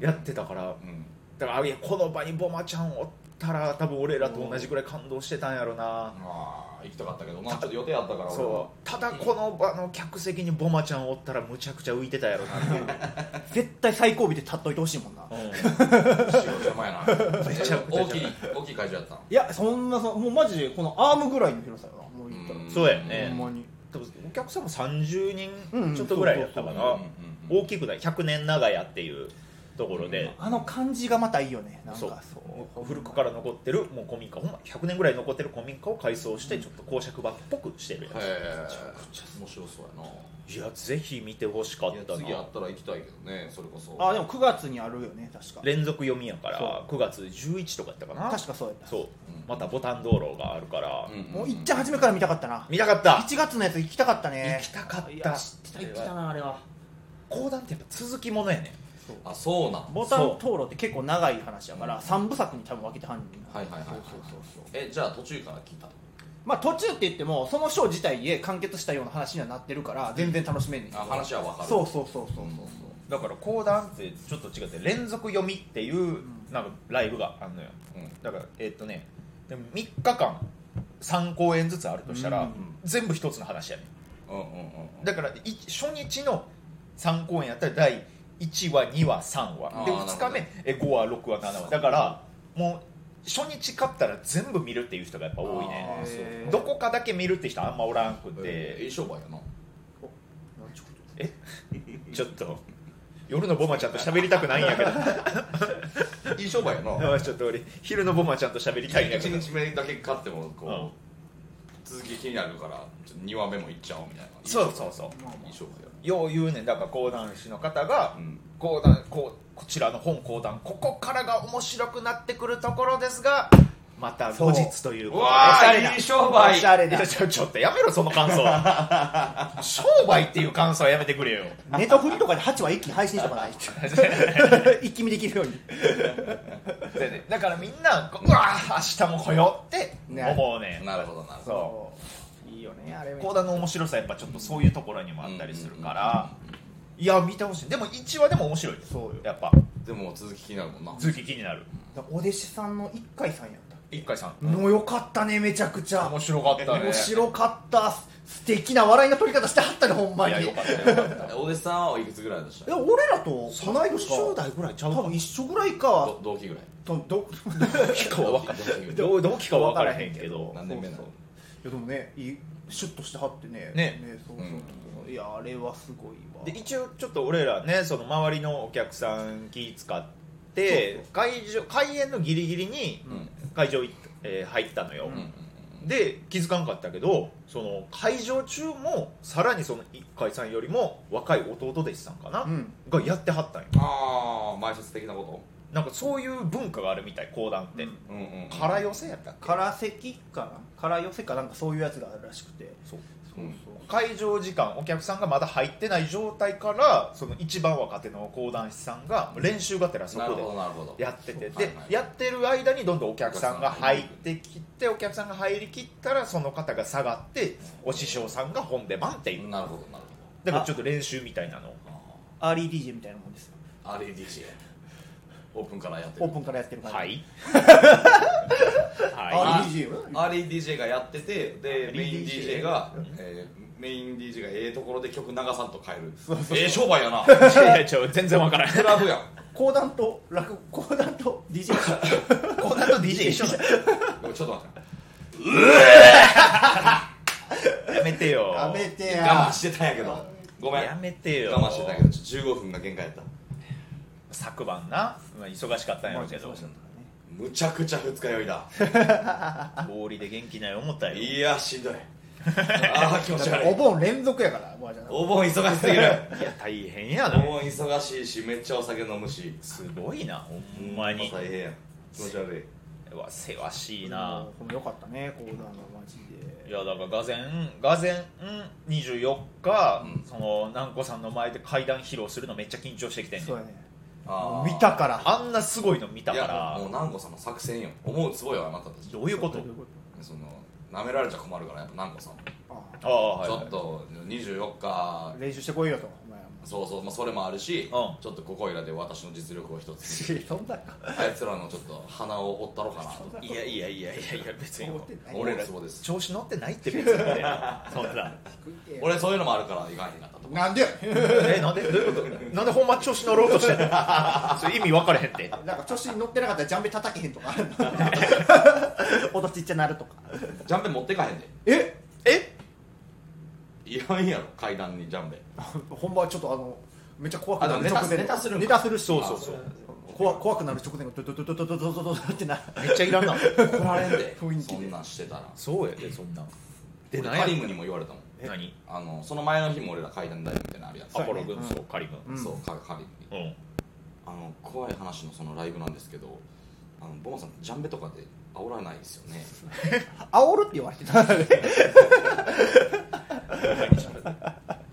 [SPEAKER 2] うん
[SPEAKER 3] やってたから
[SPEAKER 2] うん
[SPEAKER 3] だからいやこの場にボマちゃんおったら多分俺らと同じぐらい感動してたんやろな
[SPEAKER 2] まあ行きたかったけどまあちょっと予定あったから俺は
[SPEAKER 3] そうただこの場の客席にボマちゃんおったらむちゃくちゃ浮いてたやろ なっていう
[SPEAKER 1] 絶対最後尾で立っといてほしいもんな
[SPEAKER 2] 仕事前やな
[SPEAKER 3] めちゃくちゃ
[SPEAKER 2] 大きい大きい会場やった
[SPEAKER 1] いやそんなそもうマジでこのアームぐらいの広さよなもう言ったら
[SPEAKER 2] ん
[SPEAKER 3] そうやね
[SPEAKER 1] ほんまに
[SPEAKER 3] 多分お客さんも
[SPEAKER 1] う
[SPEAKER 3] 30人
[SPEAKER 1] ん
[SPEAKER 3] ちょっとぐらいだったか
[SPEAKER 2] うん
[SPEAKER 3] な、
[SPEAKER 2] うんうん
[SPEAKER 3] 大きくない100年長屋っていうところで、
[SPEAKER 1] あの感じがまたいいよねなんか
[SPEAKER 3] そ
[SPEAKER 1] そうう
[SPEAKER 3] 古くから残ってるもう古民家ほんま100年ぐらい残ってる古民家を改装してちょっと公爵場っぽくしてるやつ、
[SPEAKER 2] へえ面白そうやない
[SPEAKER 3] いやぜひ見てほしかっ
[SPEAKER 2] や
[SPEAKER 3] た
[SPEAKER 2] 次あ
[SPEAKER 3] な
[SPEAKER 2] ったら行きたいけどねそれこそ
[SPEAKER 1] あでも9月にあるよね確か
[SPEAKER 3] 連続読みやから
[SPEAKER 1] そ
[SPEAKER 3] 9月11とかやったかな
[SPEAKER 1] 確かそうやった
[SPEAKER 3] そう、
[SPEAKER 2] うん
[SPEAKER 3] またボタン道路があるから、
[SPEAKER 2] んんん
[SPEAKER 1] もういっちゃん初めから見たかったな
[SPEAKER 3] 見たかった
[SPEAKER 1] 1月のやつ行きたかったね
[SPEAKER 3] 行きたかった
[SPEAKER 1] いや知ってた行きたなあれは
[SPEAKER 3] 講談ってやっぱ続きものやね
[SPEAKER 2] あそうなん
[SPEAKER 1] ボタン
[SPEAKER 3] そう
[SPEAKER 1] 討論って結構長い話やから3部作に多分分けてはんねんな
[SPEAKER 2] はいはいはいはい
[SPEAKER 1] そうそうそうそう
[SPEAKER 2] えじゃあ途中から聞いた
[SPEAKER 1] まあ途中って言ってもそのショー自体へ完結したような話にはなってるから全然楽しめんねんけど
[SPEAKER 2] あ話は分かる
[SPEAKER 1] そうそうそうそううん
[SPEAKER 2] うん
[SPEAKER 3] だから講談ってちょっと違って連続読みっていうなんかライブがあるのよ
[SPEAKER 2] うん
[SPEAKER 3] だからえーっとねでも3日間3公演ずつあるとしたら、
[SPEAKER 1] うん
[SPEAKER 3] 全部一つの話やね
[SPEAKER 2] うんうんうんうん
[SPEAKER 3] だからい初日の3公演やったら第1話2話3話で
[SPEAKER 2] あー
[SPEAKER 3] 2日
[SPEAKER 2] な
[SPEAKER 3] 目え5話6話7話だからもう初日勝ったら全部見るっていう人がやっぱ多いね
[SPEAKER 2] あーそう
[SPEAKER 1] へー
[SPEAKER 3] どこかだけ見るって人あんまおらんく
[SPEAKER 2] えーい
[SPEAKER 3] て
[SPEAKER 2] い商売やな
[SPEAKER 1] なんちゅうこと
[SPEAKER 3] ちょっと夜のボマちゃんと喋りたくないん やけど
[SPEAKER 2] いい商売や な
[SPEAKER 3] あちょっと俺昼のボマちゃんと喋りたいんやけ
[SPEAKER 2] 1
[SPEAKER 3] ど
[SPEAKER 2] 日目だけ勝ってもこう、
[SPEAKER 3] うん
[SPEAKER 2] 続き気になるからちょっと2話目もいっちゃおうみたいな
[SPEAKER 3] そうそうそう
[SPEAKER 1] まあま
[SPEAKER 2] いい商売や
[SPEAKER 3] よう言うねんだから講談師の方が
[SPEAKER 2] なうん
[SPEAKER 3] 講談こうこちらの本講談ここからが面白くなってくるところですがまた後日という
[SPEAKER 2] う
[SPEAKER 3] こと
[SPEAKER 1] あ
[SPEAKER 2] わ
[SPEAKER 1] おしゃれ
[SPEAKER 2] ー
[SPEAKER 1] ない
[SPEAKER 2] い商
[SPEAKER 1] あお
[SPEAKER 2] 売
[SPEAKER 1] しゃれ
[SPEAKER 3] でい
[SPEAKER 1] な
[SPEAKER 3] やちょちょっとやめろその感想 商売っていう感想はやめてくれよ
[SPEAKER 1] ネタフリとかで8話一気に配信しとかない一気見できるように
[SPEAKER 3] でねだからみんなこうわー明日も来ようって思うねん
[SPEAKER 2] なるほどなるほど
[SPEAKER 3] そう
[SPEAKER 1] いいよねあれ
[SPEAKER 3] 講談の面白さやっぱちょっとそういうところにもあったりするからいや見てほしいでも1話でも面白いです
[SPEAKER 1] そうよ
[SPEAKER 3] やっぱ
[SPEAKER 2] どでも続き気になるもんな
[SPEAKER 3] 続き気になる
[SPEAKER 1] だお弟子さんの一回さんやったっ
[SPEAKER 3] 一回さん
[SPEAKER 1] けもうよかったねめちゃくちゃ
[SPEAKER 3] 面白かったね
[SPEAKER 1] 面白かった素敵な笑いの取り方してはったねほんま
[SPEAKER 3] い
[SPEAKER 1] に
[SPEAKER 3] やよかったよかった
[SPEAKER 2] お弟子さんはいくつぐらいでした
[SPEAKER 1] いや俺らと同い年か
[SPEAKER 3] 30代ぐらいちゃうか
[SPEAKER 1] 多分一緒ぐらいか
[SPEAKER 2] ど同期ぐらい
[SPEAKER 1] と ど
[SPEAKER 3] 同期かは分か
[SPEAKER 2] 同期ぐらい
[SPEAKER 3] どう同期かは分からへんけど
[SPEAKER 2] 何年目な
[SPEAKER 1] そ
[SPEAKER 2] の
[SPEAKER 1] ういやでもねいいシュッとしてはってね
[SPEAKER 3] ね
[SPEAKER 1] そうそうそういやあれはすごいわ
[SPEAKER 3] で一応ちょっと俺らねその周りのお客さん気使って会場開演のギリギリに
[SPEAKER 2] うんうん
[SPEAKER 3] 会場い、えー入ったのよ、
[SPEAKER 2] うんうん
[SPEAKER 3] で気づかんかったけどその会場中もさらにその一回さんよりも若い弟弟子さんかな、
[SPEAKER 1] うん
[SPEAKER 3] がやってはったんよ
[SPEAKER 2] ああ前説的なこ
[SPEAKER 3] なんかそういう文化があるみたい講談って、
[SPEAKER 1] うん
[SPEAKER 2] とうんうん
[SPEAKER 3] 空寄せやったっけ
[SPEAKER 1] 空席かな空寄せかなんかそういうやつがあるらしくて
[SPEAKER 3] そう
[SPEAKER 1] そうそう
[SPEAKER 3] 会場時間お客さんがまだ入ってない状態からその一番若手の講談師さんが練習がてらそ
[SPEAKER 2] なる
[SPEAKER 3] こ
[SPEAKER 2] ほ
[SPEAKER 3] で
[SPEAKER 2] どなるほど
[SPEAKER 3] やってて
[SPEAKER 2] そう
[SPEAKER 3] で
[SPEAKER 2] はいはい
[SPEAKER 3] やってる間にどんどんお客さんが入ってきてお客さんが入りきったらその方が下がってお師匠さんが本出番っていう
[SPEAKER 2] なるほどなる
[SPEAKER 3] だからちょっと練習みたいなの
[SPEAKER 1] アーリー DJ みたいなもんですよ
[SPEAKER 2] ほど RADJ オープンからやって
[SPEAKER 1] オ
[SPEAKER 2] る
[SPEAKER 1] ープンからやってるから
[SPEAKER 3] はいは
[SPEAKER 1] あ
[SPEAKER 2] あ
[SPEAKER 1] RDJ よ
[SPEAKER 2] RADJ がやっててで
[SPEAKER 3] RADJ
[SPEAKER 2] メイン DJ が、えーメイン DJ がええところで曲流さんと変えるええ商売やなク
[SPEAKER 3] いいやいやちょ全然わからない
[SPEAKER 2] ラブやん
[SPEAKER 1] 講談と落語講談と DJ
[SPEAKER 3] 講談と
[SPEAKER 1] と DJ 一緒だ
[SPEAKER 2] ごめんちょっと待って
[SPEAKER 3] やめてよ
[SPEAKER 1] やめて
[SPEAKER 2] 我慢
[SPEAKER 1] や
[SPEAKER 2] してたんやけどごめん
[SPEAKER 3] やめてよ
[SPEAKER 2] 我慢してたんやけどちょっと15分が限界やった
[SPEAKER 3] 昨晩な、まあ、忙しかったんやろうけど
[SPEAKER 2] むちゃくちゃ二日酔いだ
[SPEAKER 3] 通りで元気ない思ったよ
[SPEAKER 2] いやしんどいああ 気持ち
[SPEAKER 1] だから
[SPEAKER 2] 悪
[SPEAKER 1] お
[SPEAKER 2] い
[SPEAKER 1] 盆連続やからもうじゃあ
[SPEAKER 2] お盆忙しすぎる
[SPEAKER 3] いや大変や
[SPEAKER 2] お
[SPEAKER 3] な
[SPEAKER 2] 盆忙しいしめっちゃお酒飲むし
[SPEAKER 3] すごいなほんまに
[SPEAKER 2] 大変や気持ち悪いう
[SPEAKER 3] わせわしいな
[SPEAKER 1] これよかったね講談がマジ
[SPEAKER 3] い
[SPEAKER 1] で
[SPEAKER 3] やだからがぜんがぜん24日、
[SPEAKER 2] うん
[SPEAKER 3] その南光さんの前で階段披露するのめっちゃ緊張してきてんね
[SPEAKER 1] そうや
[SPEAKER 3] ん
[SPEAKER 1] ね
[SPEAKER 2] あ
[SPEAKER 1] 見
[SPEAKER 2] ー
[SPEAKER 1] たから
[SPEAKER 3] あんなすごいの見た
[SPEAKER 2] い
[SPEAKER 3] か
[SPEAKER 2] や
[SPEAKER 3] ら
[SPEAKER 2] もう南光さんの作戦よ思うつぼよあなたたち
[SPEAKER 3] どういうこと
[SPEAKER 1] どういうこ
[SPEAKER 2] その舐められちゃ困るからやっぱ南光さんは
[SPEAKER 1] とあ
[SPEAKER 3] ああはい、
[SPEAKER 2] ち
[SPEAKER 3] は
[SPEAKER 2] ょっと24日
[SPEAKER 1] あ練習してこいよとお前は
[SPEAKER 2] そうそう、まあ、それもあるし、
[SPEAKER 3] ん
[SPEAKER 2] ちょっとここいらで私の実力を一つ
[SPEAKER 1] そんなか
[SPEAKER 2] あいつらのちょっと鼻を折ったろかなと
[SPEAKER 3] い、いやいやいやいやいや別に
[SPEAKER 1] 思ってない
[SPEAKER 2] 俺らツボです
[SPEAKER 3] 調子乗ってないって別にね そんな
[SPEAKER 2] 俺そういうのもあるからいかへんかったと
[SPEAKER 1] なんで
[SPEAKER 3] えなんでどういうこと なんでほんま調子乗ろうとしてんのそれ意味分からへんって
[SPEAKER 1] なんか調子に乗ってなかったらジャンベ叩けへんとかあるの音ちっちゃなるとか
[SPEAKER 2] ジャンベ持ってかへんで
[SPEAKER 1] え
[SPEAKER 3] え
[SPEAKER 2] いらんやろ階段にジャンベ
[SPEAKER 1] 本番はちょっとあのめっちゃ怖くな
[SPEAKER 2] あ
[SPEAKER 1] る
[SPEAKER 2] でも
[SPEAKER 1] 直前
[SPEAKER 2] ネタネタするんか
[SPEAKER 1] ネタするし
[SPEAKER 3] そうそうそう
[SPEAKER 1] 怖怖くなる直前がドドドドドドドドドってなる
[SPEAKER 3] めっちゃいらんな
[SPEAKER 2] 怒られん で
[SPEAKER 1] 雰囲気で
[SPEAKER 2] そんなんしてたら
[SPEAKER 3] そうやでそんなんで
[SPEAKER 2] 俺
[SPEAKER 3] 何や
[SPEAKER 2] カリムにも言われたもん
[SPEAKER 3] 何
[SPEAKER 2] あのその前の日も俺ら階段だよみたいなのあるやつ
[SPEAKER 3] アポロ軍曹カリム
[SPEAKER 1] うん
[SPEAKER 2] そうカカリムに
[SPEAKER 3] うん
[SPEAKER 2] あの怖い話のそのライブなんですけどあのボンさんジャンベとかで煽らないですよね
[SPEAKER 1] 煽るって言われてた
[SPEAKER 3] だか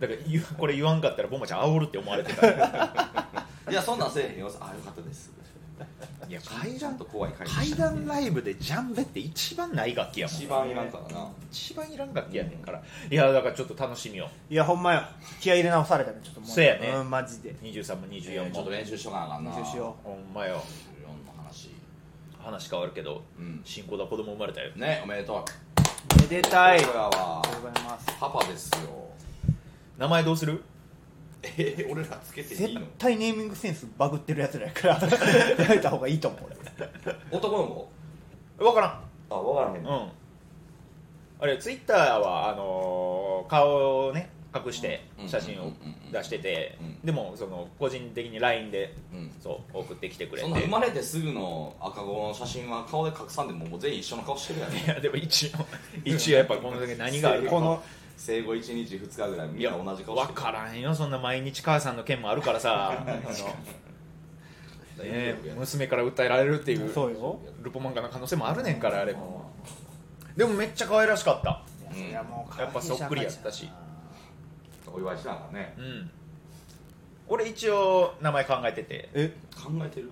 [SPEAKER 3] ら言うこれ言わんかったらボンマちゃん煽るって思われてたから
[SPEAKER 2] いやそんなんせえへんよあよかったです
[SPEAKER 3] いや
[SPEAKER 2] 階
[SPEAKER 3] 階
[SPEAKER 2] 段
[SPEAKER 3] 段
[SPEAKER 2] と怖い階段
[SPEAKER 3] 階段ライブでジャンベって一番ない楽器やもん
[SPEAKER 2] 一番いらんからな
[SPEAKER 3] 一番いらん楽器やねんからいやだからちょっと楽しみよ
[SPEAKER 1] いやほんまよ気合い入れ直されたねちょっとも
[SPEAKER 3] そうやね
[SPEAKER 1] んマジで
[SPEAKER 3] 23も
[SPEAKER 2] ちょ
[SPEAKER 3] 24
[SPEAKER 2] っと
[SPEAKER 3] も
[SPEAKER 2] 練習しとかなあかんな
[SPEAKER 1] 練習しよ
[SPEAKER 3] ほんまよ
[SPEAKER 2] 14の話
[SPEAKER 3] 話変わるけど
[SPEAKER 2] うん
[SPEAKER 3] 新婚だ子供生まれたよ
[SPEAKER 2] ねおめでと
[SPEAKER 1] めで
[SPEAKER 2] う
[SPEAKER 1] たいあり
[SPEAKER 2] 僕らは
[SPEAKER 1] がとうございます
[SPEAKER 2] パパですよ
[SPEAKER 3] 名前どうする
[SPEAKER 2] えー、俺らつけていい
[SPEAKER 1] 絶
[SPEAKER 2] の
[SPEAKER 1] 対ネーミングセンスバグってるやつらやからやめた方がいいと思う俺
[SPEAKER 2] 男の子
[SPEAKER 3] 分から
[SPEAKER 2] あ分からへん
[SPEAKER 3] んうんあれツイッターはあのー顔をね隠して
[SPEAKER 2] うん
[SPEAKER 3] 写真
[SPEAKER 2] うんう
[SPEAKER 3] を
[SPEAKER 2] んうんうん
[SPEAKER 3] 出してて
[SPEAKER 2] うん
[SPEAKER 3] でもその個人的に LINE で
[SPEAKER 2] うん
[SPEAKER 3] そう送ってきてくれて
[SPEAKER 2] そんな生まれてすぐの赤子の写真は顔で隠さんでももう全員一緒の顔してるやん
[SPEAKER 3] いやでも一応一応やっぱこの時何があるか
[SPEAKER 1] この
[SPEAKER 2] 生後1日2日ぐらいみんな同じ顔してる
[SPEAKER 3] 分からんよそんな毎日母さんの件もあるから さあのねえ娘から訴えられるっていう
[SPEAKER 1] そうよ
[SPEAKER 3] ルポ漫画の可能性もあるねんからあれもでもめっちゃ可愛らしかった
[SPEAKER 2] うん
[SPEAKER 1] いやもう
[SPEAKER 3] やっぱそっくりやったし
[SPEAKER 2] お祝いしながらね
[SPEAKER 3] うん俺一応名前考えてて、
[SPEAKER 1] え
[SPEAKER 2] 考えてる、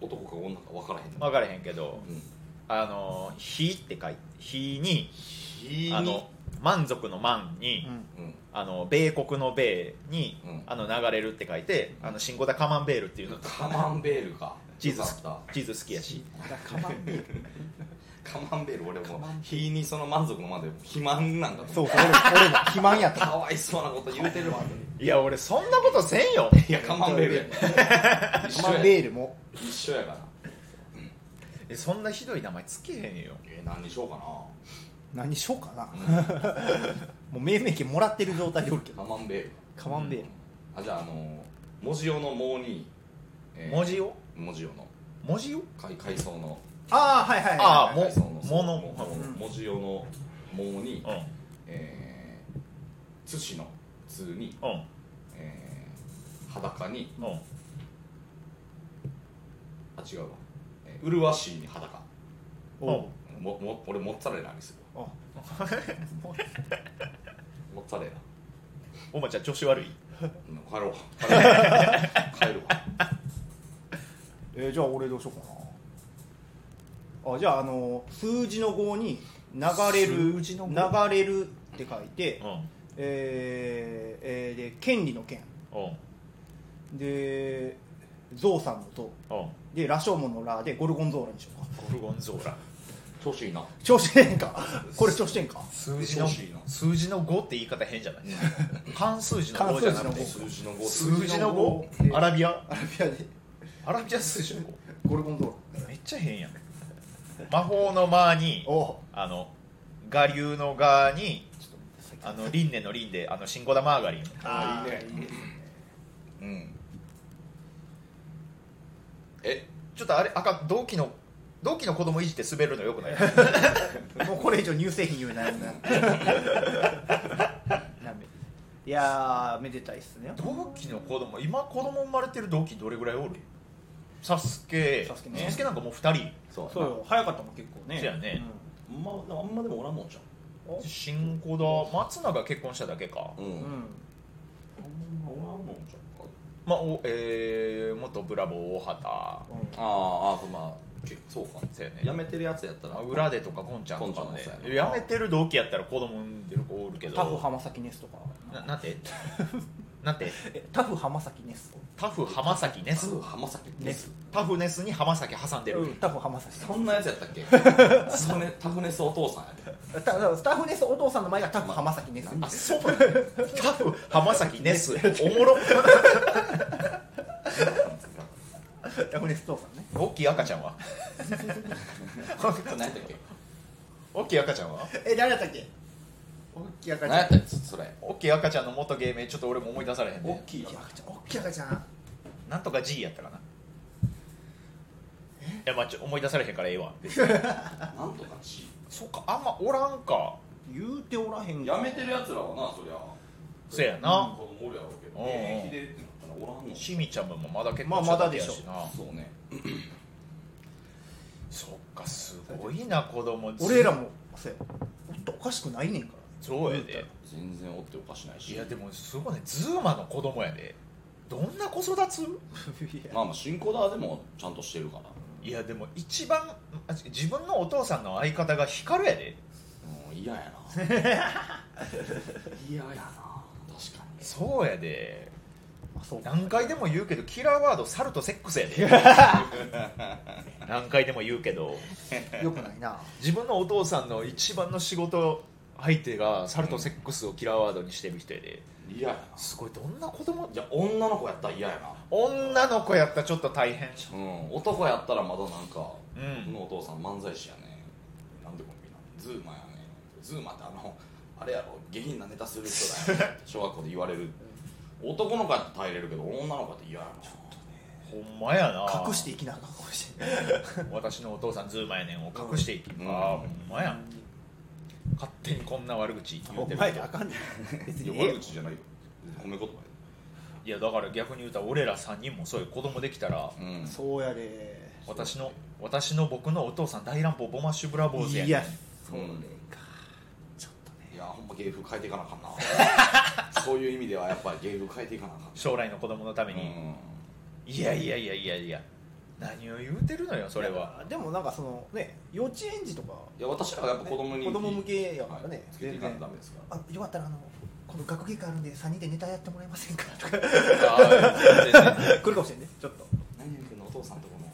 [SPEAKER 2] 男か女か分からへん
[SPEAKER 3] 分からへんけど
[SPEAKER 2] うん
[SPEAKER 3] あの「ひ」って書いて「ひ」に
[SPEAKER 2] ひ
[SPEAKER 3] あの満足の「満」に、
[SPEAKER 1] うん
[SPEAKER 2] うん
[SPEAKER 3] あの米国の「米」に、
[SPEAKER 2] うん
[SPEAKER 3] あの流れるって書いて「あの新五田カマンベール」っていうの
[SPEAKER 2] カマンベールか
[SPEAKER 3] チーズ
[SPEAKER 2] よかった
[SPEAKER 3] チーズ好きやし
[SPEAKER 1] カマンベール
[SPEAKER 2] カマンベール俺も日にその満足のまで肥満なんだ
[SPEAKER 1] そうそう俺も俺も肥満やった
[SPEAKER 2] かわいそうなこと言うてるわ
[SPEAKER 3] いや俺そんなことせんよ
[SPEAKER 2] いやカマンベールや一
[SPEAKER 1] カ
[SPEAKER 2] 緒
[SPEAKER 1] マン
[SPEAKER 2] や
[SPEAKER 1] ベールも
[SPEAKER 2] 一緒やから
[SPEAKER 3] えそんなひどい名前つけへんよ
[SPEAKER 2] えー何にしようか
[SPEAKER 1] 何しようかな
[SPEAKER 2] な
[SPEAKER 1] もう命名権もらってる状態でおるけど
[SPEAKER 2] カマンベール
[SPEAKER 1] カマンベール
[SPEAKER 2] あじゃああのー文字用の藻に、えー
[SPEAKER 3] 文字を
[SPEAKER 2] 文字用の
[SPEAKER 3] 文字を
[SPEAKER 2] 海海藻の
[SPEAKER 1] ああはいはい
[SPEAKER 3] あ
[SPEAKER 1] は
[SPEAKER 3] も
[SPEAKER 2] 海藻の
[SPEAKER 3] 藻の
[SPEAKER 2] 藻
[SPEAKER 1] うん
[SPEAKER 2] 文字用の藻に
[SPEAKER 3] うんうん
[SPEAKER 2] えー津市の通にえー裸に
[SPEAKER 3] うん
[SPEAKER 2] あ違うわ、えー、麗しいに裸
[SPEAKER 1] いおう
[SPEAKER 2] もも俺モッツァレラにする
[SPEAKER 1] あ
[SPEAKER 2] モッツァレラ
[SPEAKER 3] お前ちゃん調子悪い
[SPEAKER 2] うん帰ろう帰ろう 帰るわ
[SPEAKER 1] えーじゃあ俺どうしようかなあじゃあ、あの数字の5に流れる
[SPEAKER 3] 数字の
[SPEAKER 1] 流れるって書いて、
[SPEAKER 3] うん
[SPEAKER 1] えーえーで権利の権
[SPEAKER 3] うん
[SPEAKER 1] でゾウさんのゾ
[SPEAKER 3] うん
[SPEAKER 1] ウで羅生門のラでゴルゴンゾーラにしようか
[SPEAKER 3] ゴルゴンゾーラ
[SPEAKER 2] 調子いいな
[SPEAKER 1] 調子ええんかこれ調子ええんか
[SPEAKER 3] 数
[SPEAKER 2] 字の
[SPEAKER 3] 数字の5って言い方変じゃない漢数字の5じゃなくて
[SPEAKER 1] 漢
[SPEAKER 2] 数字の5
[SPEAKER 3] 数字の
[SPEAKER 1] 数字の
[SPEAKER 3] 5
[SPEAKER 1] 五
[SPEAKER 3] アラビア
[SPEAKER 1] アラビアで
[SPEAKER 3] アラビア数字の
[SPEAKER 1] ゴルゴンゾー
[SPEAKER 3] 5めっちゃ変やん魔法の間に
[SPEAKER 1] おお
[SPEAKER 3] あの我流の我にあの輪廻の輪であの新ゴダマーガリン
[SPEAKER 1] あ
[SPEAKER 2] あーいいね
[SPEAKER 1] ーいいね
[SPEAKER 2] うんえ
[SPEAKER 3] ちょっとあれ赤同期の同期の子供いじって滑るのよくない
[SPEAKER 1] もうこれ以上乳製品言うなよないやーめでたいっすね
[SPEAKER 3] 同期の子供今子供生まれてる同期どれぐらいおるサスケ
[SPEAKER 1] サ
[SPEAKER 3] サ
[SPEAKER 1] ス
[SPEAKER 3] ス
[SPEAKER 1] ケ
[SPEAKER 3] ケ,、
[SPEAKER 1] ね
[SPEAKER 3] なんかもう2人
[SPEAKER 2] そう
[SPEAKER 4] そうよ早かったもん結構ね
[SPEAKER 3] そうやね
[SPEAKER 2] まああんまでもおらんもんじ
[SPEAKER 3] 新子だ松永結婚しただけか
[SPEAKER 2] ゃんう
[SPEAKER 1] うんん、うん
[SPEAKER 2] あんまおらんもんじゃん
[SPEAKER 3] まあおえー、元ブラボー大畑
[SPEAKER 1] うん
[SPEAKER 2] あーあーそうまあけそうか
[SPEAKER 3] そうやね
[SPEAKER 2] やめてるやつやったら
[SPEAKER 3] まあ裏でとかゴンちゃんとか
[SPEAKER 2] ゴン
[SPEAKER 3] も
[SPEAKER 2] ちゃんもそうや
[SPEAKER 3] ね
[SPEAKER 2] な
[SPEAKER 3] やめてる同期やったら子供産んでる子おるけど
[SPEAKER 1] タフ浜崎ネスとか
[SPEAKER 3] ななんて なんて
[SPEAKER 1] えタフ浜崎ネス
[SPEAKER 3] タフ浜崎ネ
[SPEAKER 2] す
[SPEAKER 3] ス
[SPEAKER 2] ぐ浜崎
[SPEAKER 1] ネ
[SPEAKER 2] ネ
[SPEAKER 1] ス
[SPEAKER 2] ス
[SPEAKER 3] タフネスに浜崎挟んでる、
[SPEAKER 1] うんタフ浜崎
[SPEAKER 2] そんなやつやったっけタフネタフネスお父さんやで
[SPEAKER 1] ただスタッフネスお父さんの前がタフ浜崎ネス
[SPEAKER 3] あ そうなんだタフ浜崎ネスおもろ
[SPEAKER 1] タフネス父さんね
[SPEAKER 3] 大きい赤ちゃんは
[SPEAKER 2] 何やったっけ
[SPEAKER 3] 大きい赤ちゃんは
[SPEAKER 1] え誰だったっけ大きい赤ち
[SPEAKER 2] 何や
[SPEAKER 1] ゃ
[SPEAKER 2] っ
[SPEAKER 1] ん
[SPEAKER 2] たっけそれ
[SPEAKER 3] 大きい赤ちゃんの元芸名ちょっと俺も思い出されへん
[SPEAKER 2] 大
[SPEAKER 3] ね
[SPEAKER 2] きい
[SPEAKER 1] 大きい赤ちゃん大きい赤ちゃん
[SPEAKER 3] なんとか G やったかないやまあちょ思い出されへんからええわ
[SPEAKER 2] なんとかち
[SPEAKER 3] そっかあんまおらんか
[SPEAKER 1] 言うておらへんが
[SPEAKER 2] やめてるやつらはなそりゃ
[SPEAKER 3] せや
[SPEAKER 2] うん
[SPEAKER 3] な、
[SPEAKER 2] 子供おるやろうけど
[SPEAKER 3] うん
[SPEAKER 2] 現役でってなったらおらんの
[SPEAKER 3] しみちゃんもまだ結
[SPEAKER 1] まあ
[SPEAKER 3] 構
[SPEAKER 1] まだでしょ
[SPEAKER 3] な
[SPEAKER 2] そうね
[SPEAKER 3] そっかすごいな子供
[SPEAKER 1] 俺らもそうやおっとおかしくないねんか
[SPEAKER 3] そうやで
[SPEAKER 2] 全然おっておかしないし
[SPEAKER 3] いやでもすごいねズーマの子供やでどんな子育つ
[SPEAKER 1] ら
[SPEAKER 2] まあまあ新コダーでもちゃんとしてるから
[SPEAKER 3] いやでも一番あ自分のお父さんの相方が光るやで
[SPEAKER 2] うん嫌やな 嫌やな確か
[SPEAKER 3] そうやで
[SPEAKER 1] あそう
[SPEAKER 3] 何回でも言うけどキラーワード猿とセックスやで 何回でも言うけど
[SPEAKER 1] よくないな
[SPEAKER 3] 自分のお父さんの一番の仕事相手が猿とセックスをキラーワードにしてる人やで
[SPEAKER 2] に嫌やな
[SPEAKER 3] すごいどんな子供
[SPEAKER 2] いや女の子やったら嫌やな
[SPEAKER 3] 女の子やったらちょっと大変
[SPEAKER 2] うん男やったらまだなんか、
[SPEAKER 3] う
[SPEAKER 2] こ
[SPEAKER 3] ん
[SPEAKER 2] のお父さん漫才師やねなんでこのみんなズーマやねズーマってあのあれやろ下品なネタする人 だよね小学校で言われる男の子やったら耐えれるけど女の子やったら嫌やな
[SPEAKER 3] ほんまやな
[SPEAKER 1] 隠していきなあかんかもしれない
[SPEAKER 3] 私のお父さんズーマやねんを隠していき、
[SPEAKER 2] うん
[SPEAKER 3] ああほんまやん勝手にこんな悪口言
[SPEAKER 1] お
[SPEAKER 3] うてる
[SPEAKER 1] 前らあかんねん別にええやん
[SPEAKER 2] 口じゃないよ褒め言葉
[SPEAKER 3] いやだから逆に言うたら俺ら3人もそういう子供できたら
[SPEAKER 2] やうん
[SPEAKER 1] そうやで
[SPEAKER 3] 私の私の僕のお父さん大乱暴ボマッシュブラボーズや
[SPEAKER 1] い
[SPEAKER 3] ね
[SPEAKER 1] や
[SPEAKER 3] ん
[SPEAKER 1] そうね
[SPEAKER 2] うん
[SPEAKER 1] かちょっとね
[SPEAKER 2] いやほんま芸風変えていかなあかんな そういう意味ではやっぱ芸風変えていかなあかん
[SPEAKER 3] 将来の子供のために、
[SPEAKER 2] うん
[SPEAKER 3] いやいやいやいやいや何を言うてるのよそれはい
[SPEAKER 1] やでもなんかそのね幼稚園児とか
[SPEAKER 2] いや私らはやっぱ子供に
[SPEAKER 1] 子供向けやからね、
[SPEAKER 2] はいつけていかないとダメですから
[SPEAKER 1] あよかったらあのこの学芸会あるんで3人でネタやってもらえませんかとか 来るかもしれんねちょっと
[SPEAKER 2] 何々君のお父さんとこの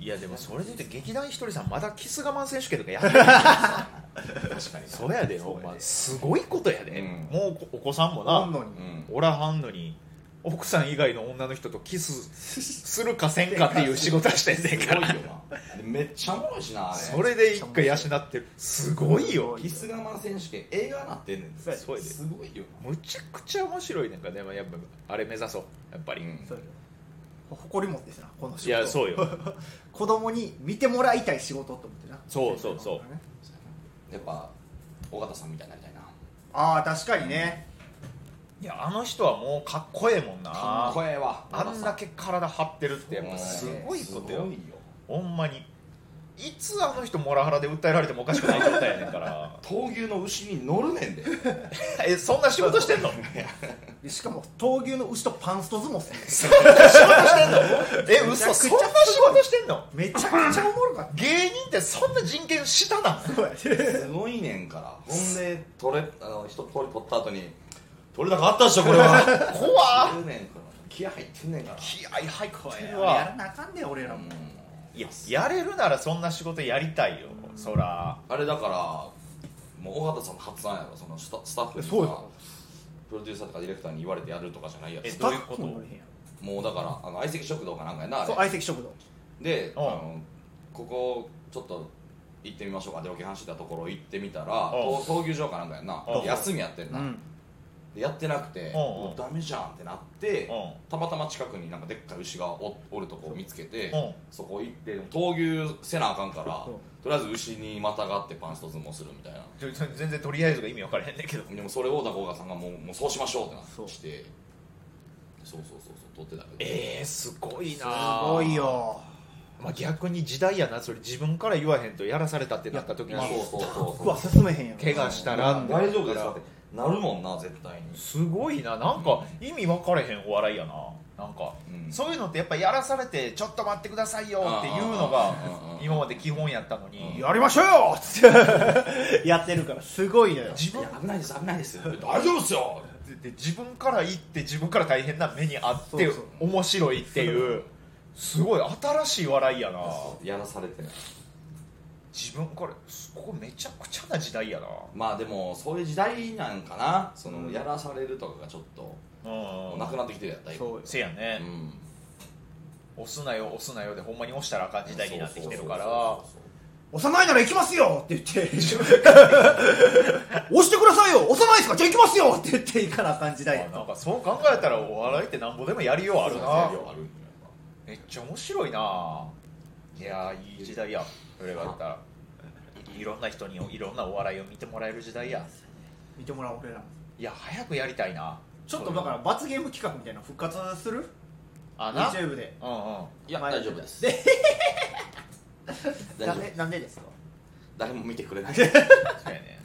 [SPEAKER 3] いやでもそれで言って劇団ひとりさんまだキス我慢選手権とかやってる確かにそうやでほんますごいことやで、
[SPEAKER 2] うん
[SPEAKER 3] もうおお子さんもな
[SPEAKER 1] おんのに、
[SPEAKER 2] うん
[SPEAKER 3] おらはんのに奥さん以外の女の人とキスするかせんかっていう仕事してんねん
[SPEAKER 2] す
[SPEAKER 3] か
[SPEAKER 2] ごい
[SPEAKER 3] ら
[SPEAKER 2] よなでめっちゃおもろいしなあれ
[SPEAKER 3] それで一回養ってるすごいよ
[SPEAKER 2] キス我慢選手権映画なってんねん
[SPEAKER 1] そうや
[SPEAKER 3] そうやです
[SPEAKER 2] ごいよ
[SPEAKER 3] むちゃくちゃ面白いねんかでもやっぱあれ目指そうやっぱ
[SPEAKER 2] な
[SPEAKER 3] り、
[SPEAKER 1] そうよ誇り持ってしなこの仕
[SPEAKER 3] い
[SPEAKER 1] 事
[SPEAKER 3] やそうよ
[SPEAKER 1] 子供に見てもらいたい仕事と思ってな
[SPEAKER 3] そうそうそう
[SPEAKER 2] やっぱ尾形さんみたいになりたいな
[SPEAKER 1] ああ確かにね、
[SPEAKER 3] いやあの人はもうかっこええもんな
[SPEAKER 2] かっこええわ
[SPEAKER 3] あんだけ体張ってるってやっ
[SPEAKER 2] も
[SPEAKER 3] ぱ
[SPEAKER 2] う
[SPEAKER 3] すごいこと
[SPEAKER 2] す
[SPEAKER 3] よ
[SPEAKER 2] ごいよ
[SPEAKER 3] ほんまにいつあの人モラハラで訴えられてもおかしくない状態やねんから
[SPEAKER 2] 闘牛の牛に乗るねん で
[SPEAKER 3] えそんな仕事してんの仕
[SPEAKER 1] でしかも闘牛の牛とパンスト相撲する
[SPEAKER 3] 事してんの え嘘そんな仕事してんの
[SPEAKER 1] めちゃくちゃおもろかっ
[SPEAKER 3] 芸人ってそんな人権下なん
[SPEAKER 1] たそうや
[SPEAKER 2] すごいねんからほんで取れあの一通り取った後 に取れなかったっしょこれ は
[SPEAKER 3] 怖っ
[SPEAKER 2] 言うねんから気合入ってんねんから
[SPEAKER 3] 気合入ってる
[SPEAKER 1] やら
[SPEAKER 3] わ
[SPEAKER 1] なあかんねん俺らも、
[SPEAKER 3] いややれるならそんな仕事やりたいよそら
[SPEAKER 2] あれだからもう尾形さんも発案やろそのスタスタッフ
[SPEAKER 1] そう
[SPEAKER 2] とか
[SPEAKER 1] よ
[SPEAKER 2] プロデューサーとかディレクターに言われてやるとかじゃないや
[SPEAKER 3] え
[SPEAKER 2] つ
[SPEAKER 3] どういうこと
[SPEAKER 1] スタッフもおれへんや
[SPEAKER 2] もうだからあの相席食堂かなんかやな
[SPEAKER 1] ろそう
[SPEAKER 2] あ
[SPEAKER 1] 相席食堂
[SPEAKER 2] れであ
[SPEAKER 3] うん
[SPEAKER 2] のここちょっと行ってみましょうかでロケハンしてたところ行ってみたら
[SPEAKER 3] うん
[SPEAKER 2] 闘闘牛場かなんかやんな
[SPEAKER 3] うん
[SPEAKER 2] 休みやってんな、
[SPEAKER 1] うん
[SPEAKER 2] でやってなくて、
[SPEAKER 3] うんうん
[SPEAKER 2] もうダメじゃんってなって、
[SPEAKER 3] うん
[SPEAKER 2] たまたま近くになんかでっかい牛がおおるとこを見つけて、
[SPEAKER 3] うん
[SPEAKER 2] そこ行って闘牛せなあかんから、
[SPEAKER 1] うん
[SPEAKER 2] とりあえず牛にまたがってパンスト相撲するみたいな
[SPEAKER 3] ちょちょ全然とりあえずが意味分からへんねんけど
[SPEAKER 2] でもそれを高岡さんがもうもうそうしましょうってな
[SPEAKER 1] そう
[SPEAKER 2] ってきてそうそうそうそう撮ってたけど、
[SPEAKER 3] えー、すごいな
[SPEAKER 1] すごい、よ
[SPEAKER 3] まあ、逆に時代やなそれ自分から言わへんとやらされたってなった時に、
[SPEAKER 2] まあそうそうそう
[SPEAKER 1] 僕は進めへんやろ
[SPEAKER 3] 怪我したら
[SPEAKER 2] うん大丈夫ですかってなるもんな絶対に
[SPEAKER 3] すごいななんか意味分かれへんお笑いやななんか、
[SPEAKER 2] うん
[SPEAKER 3] そういうのってやっぱやらされてちょっと待ってくださいよっていうのが
[SPEAKER 2] うんうんうん
[SPEAKER 3] 今まで基本やったのに、
[SPEAKER 1] やりましょうよっつって やってるからすごいのよ
[SPEAKER 3] 自
[SPEAKER 2] い
[SPEAKER 3] 分
[SPEAKER 2] や危ないです危ないです大丈夫ですよ
[SPEAKER 3] で自分から行って自分から大変な目にあって
[SPEAKER 1] そうそう
[SPEAKER 3] 面白いっ ていうすごい新しい笑いやな
[SPEAKER 2] やらされてない
[SPEAKER 3] 自分これここめちゃくちゃな時代やな
[SPEAKER 2] まあでもそういう時代なんかなその、
[SPEAKER 1] うん
[SPEAKER 2] やらされるとかがちょっと
[SPEAKER 3] うん
[SPEAKER 2] もうなくなってきてるやった今
[SPEAKER 1] そうよ
[SPEAKER 3] せやね、
[SPEAKER 2] うん
[SPEAKER 3] 押すなよ押すなよでほんまに押したらあかん時代になってきてるから
[SPEAKER 2] そうそう
[SPEAKER 1] 幼いなら行きますよって言って 押してくださいよ幼いですかじゃあ行きますよって言って行かなあかん時代や
[SPEAKER 3] あ
[SPEAKER 1] な
[SPEAKER 3] なんかそう考えたらお笑いってなんぼでもやりようあ
[SPEAKER 2] そう
[SPEAKER 3] る
[SPEAKER 2] そう
[SPEAKER 3] な
[SPEAKER 2] そうそうあるん
[SPEAKER 3] めっちゃ面白いないやーいい時代やそれが言ったらいいろんな人にいろんなお笑いを見てもらえる時代や
[SPEAKER 1] 見てもらおう俺らも
[SPEAKER 3] いや早くやりたいな
[SPEAKER 1] ちょっとだから罰ゲーム企画みたいなの復活する
[SPEAKER 3] あな
[SPEAKER 1] YouTube で
[SPEAKER 3] うんうん
[SPEAKER 2] いや
[SPEAKER 1] 前
[SPEAKER 2] 大丈夫です
[SPEAKER 1] で
[SPEAKER 2] 大
[SPEAKER 1] な
[SPEAKER 2] 丈
[SPEAKER 1] ん
[SPEAKER 2] 夫
[SPEAKER 1] でなんでですか
[SPEAKER 2] 誰も見てく れない
[SPEAKER 3] そうやね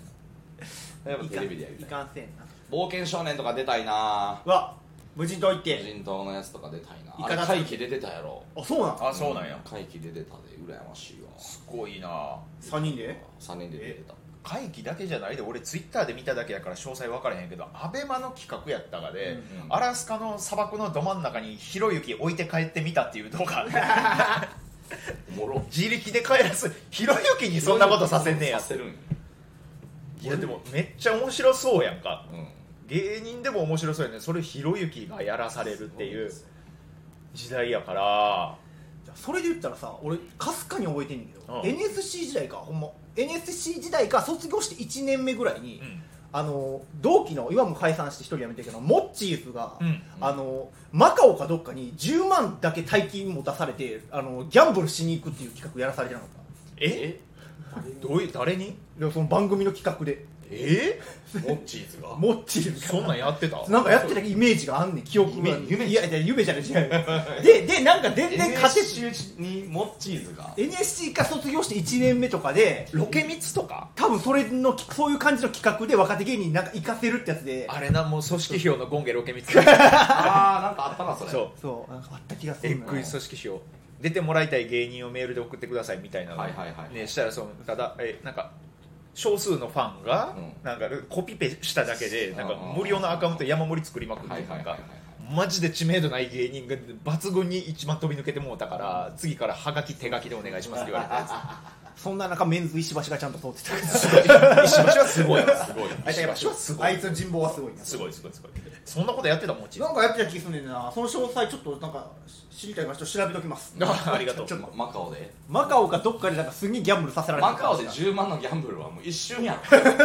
[SPEAKER 2] やっぱテレビでや
[SPEAKER 1] い
[SPEAKER 2] りたい
[SPEAKER 1] かんせんな
[SPEAKER 2] 冒険少年とか出たいな
[SPEAKER 1] うわ無人島行っ
[SPEAKER 2] 無
[SPEAKER 1] て
[SPEAKER 2] 人島のやつとか出たいな
[SPEAKER 1] イ
[SPEAKER 2] あ
[SPEAKER 1] カ
[SPEAKER 2] れ
[SPEAKER 1] だ
[SPEAKER 2] 会期で出たやろ
[SPEAKER 1] あそうなん
[SPEAKER 3] あそうなんや
[SPEAKER 2] 会期で出たで羨ましいわ
[SPEAKER 3] すごいな
[SPEAKER 1] 3人で
[SPEAKER 2] 3年で出てた
[SPEAKER 3] 会期だけじゃないで俺ツイッターで見ただけやから詳細分からへんけどアベマの企画やったがで、
[SPEAKER 2] うん
[SPEAKER 3] アラスカの砂漠のど真ん中にひろゆき置いて帰ってみたっていう動画
[SPEAKER 2] おもろ
[SPEAKER 3] 自力で帰らずひろゆきにそんなことさせんねや
[SPEAKER 2] させるんや
[SPEAKER 3] いやでもめっちゃ面白そうやんか
[SPEAKER 2] うん
[SPEAKER 3] 芸人でも面白そうやねそれひろゆきがやらされるっていう時代やから
[SPEAKER 1] じゃあそれで言ったらさ俺かすかに覚えてんねんけど、
[SPEAKER 3] うん
[SPEAKER 1] NSC 時代かほんま NSC 時代か卒業して1年目ぐらいに、
[SPEAKER 3] うん
[SPEAKER 1] あの同期の今も解散して1人辞めてるけどモッチーズが、
[SPEAKER 3] うん
[SPEAKER 1] あのマカオかどっかに10万だけ大金持たされてあのギャンブルしに行くっていう企画やらされてなかった
[SPEAKER 3] えどういう誰に
[SPEAKER 1] でその番組の企画で
[SPEAKER 3] え
[SPEAKER 2] モッチーズが
[SPEAKER 1] モッチーズ
[SPEAKER 3] そん
[SPEAKER 1] が
[SPEAKER 3] なんやってた
[SPEAKER 1] なんかやってたイメージがあんねん記憶が
[SPEAKER 2] 夢夢
[SPEAKER 1] いやいや夢じゃない違 うででなんか全然勝て
[SPEAKER 2] NSC にモッチーズが
[SPEAKER 1] NSC か卒業して1年目とかで
[SPEAKER 3] ロケミツとか
[SPEAKER 1] 多分それのきそういう感じの企画で若手芸人になんか行かせるってやつで
[SPEAKER 3] あれなもう組織票のゴンゲロケミツ
[SPEAKER 2] ああなんかあったなそれ
[SPEAKER 3] そう
[SPEAKER 1] そうなんかあった気がす
[SPEAKER 3] えっ
[SPEAKER 1] るのよ
[SPEAKER 3] くい組織票出てもらいたい芸人をメールで送ってくださいみたいなの
[SPEAKER 2] はいはいはい
[SPEAKER 3] ねしたらそのただえなんか少数のファンが、
[SPEAKER 2] うん
[SPEAKER 3] なんかコピペしただけでなんか
[SPEAKER 2] うんうん
[SPEAKER 3] 無料のアカウント山盛り作りまくって
[SPEAKER 2] は
[SPEAKER 3] ないんか、
[SPEAKER 2] はいはいはい
[SPEAKER 3] マジで知名度ない芸人が抜群に一番飛び抜けてもうたから次からはがき手書きでお願いしますって言われたや
[SPEAKER 1] そんな中メンズ石橋がちゃんと通ってた
[SPEAKER 3] つすごい石橋はすごい
[SPEAKER 2] すごい
[SPEAKER 1] あいつやっぱ
[SPEAKER 3] 石橋はすご
[SPEAKER 1] あ
[SPEAKER 3] い
[SPEAKER 1] いつの人望はすごいな
[SPEAKER 3] すごいすごいすごいそんなことやってたもんち
[SPEAKER 1] なんかやってた気すんねんなその詳細ちょっとなんか知りたいからちょっと調べときます
[SPEAKER 3] あありがとう
[SPEAKER 1] ちょっと
[SPEAKER 2] ママカオで
[SPEAKER 1] マカオかどっかでなんかすげえギャンブルさせられて
[SPEAKER 2] マカオで
[SPEAKER 1] も
[SPEAKER 2] 10万のギャンブルはもう一瞬やん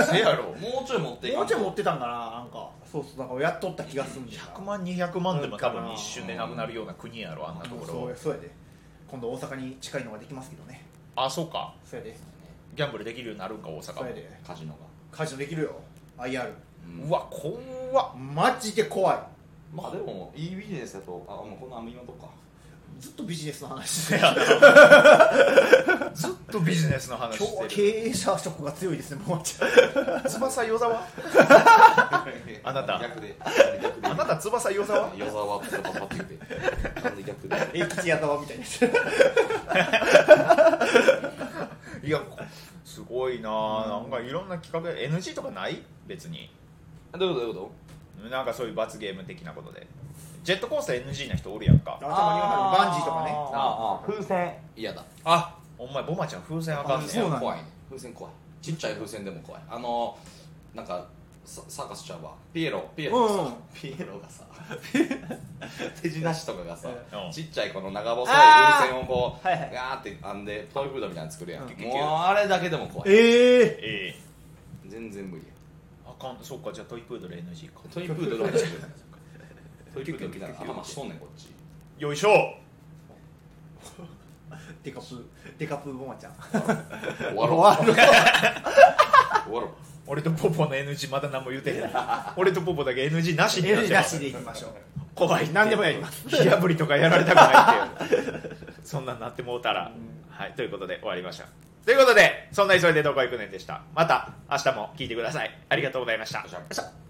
[SPEAKER 3] せやろ
[SPEAKER 2] もうちょい持っていか
[SPEAKER 1] うちょい持
[SPEAKER 2] っ
[SPEAKER 1] ってたんかななんかそうそうなんかやっとった気がするんだよな
[SPEAKER 3] 100万200万でも多分一瞬でなくなるような国やろあんなと
[SPEAKER 1] うん
[SPEAKER 3] こ
[SPEAKER 1] そう
[SPEAKER 3] ろ
[SPEAKER 1] やそうやで今度大阪に近いのができますけどね
[SPEAKER 3] あそうか
[SPEAKER 1] そうやで
[SPEAKER 3] ギャンブルできるようになるんか大
[SPEAKER 1] そうや
[SPEAKER 3] 阪
[SPEAKER 1] で
[SPEAKER 2] カジノが
[SPEAKER 1] カジノできるよ IR
[SPEAKER 2] うん
[SPEAKER 3] うわ怖っ
[SPEAKER 1] マジで怖い
[SPEAKER 2] まあでもいいビジネスだとあもうこんなんあんま言わんとこか
[SPEAKER 1] ずっとビジネスの話で
[SPEAKER 3] ずっとビジネスの話
[SPEAKER 1] 今日は
[SPEAKER 3] して
[SPEAKER 1] 経
[SPEAKER 3] る
[SPEAKER 1] 営者色が強いですねもうちょい
[SPEAKER 3] 翼与沢 あなた
[SPEAKER 2] 逆で逆で
[SPEAKER 3] あなた翼与 沢
[SPEAKER 2] 与沢はパパパって言ってなんで逆で
[SPEAKER 1] 永吉矢沢みたいなやつ
[SPEAKER 3] いやすごいなあなんかいろんな企画 NG とかない別に
[SPEAKER 2] どういうことどういうこと
[SPEAKER 3] なんかそういう罰ゲーム的なことでジェットコースター NG な人おるやんか
[SPEAKER 1] 頭にわかるバンジーとかね
[SPEAKER 2] ああ風船嫌だ
[SPEAKER 3] あお前ボマちゃん風船あかんね
[SPEAKER 2] 風
[SPEAKER 1] そうなんだ
[SPEAKER 2] 船怖いね風船怖いちっちゃい風船でも怖いあのなんかササーカスちゃうわピエロピエロがさ、
[SPEAKER 1] うん
[SPEAKER 2] ピエロがさ手品師とかがさ、
[SPEAKER 3] うん
[SPEAKER 2] ちっちゃいこの長細い
[SPEAKER 1] あー
[SPEAKER 2] 風船をこう
[SPEAKER 1] はいはい
[SPEAKER 2] ガーって編んでトイプードルみたいなの作るやん、
[SPEAKER 1] うん
[SPEAKER 2] もうあれだけでも怖い
[SPEAKER 1] ええ
[SPEAKER 3] ええ
[SPEAKER 2] 全然無理や
[SPEAKER 3] あかんそっかじゃあトイプードル NG か
[SPEAKER 2] トイプードルは違うトイプードルみたいな頭しとんねんこっち
[SPEAKER 3] よいしょ
[SPEAKER 1] デカプーデカプーボマちゃん
[SPEAKER 2] 終わろ
[SPEAKER 1] 終
[SPEAKER 2] う
[SPEAKER 1] わ
[SPEAKER 2] 終わろう
[SPEAKER 3] 俺とポポの NG まだ何も言うてへん俺とポポだけ NG なしになっ
[SPEAKER 1] NG
[SPEAKER 3] ちゃ
[SPEAKER 1] な
[SPEAKER 3] う
[SPEAKER 1] しでいきましょう
[SPEAKER 3] 怖いって
[SPEAKER 1] 何でもやります
[SPEAKER 3] 火破りとかやられたくないって いうそんなんなってもうたら、はいということで終わりましたということでそんな急いでどこ行くねんでしたまた明日も聞いてくださいありがとうございました
[SPEAKER 2] よいしょ
[SPEAKER 1] よっしゃ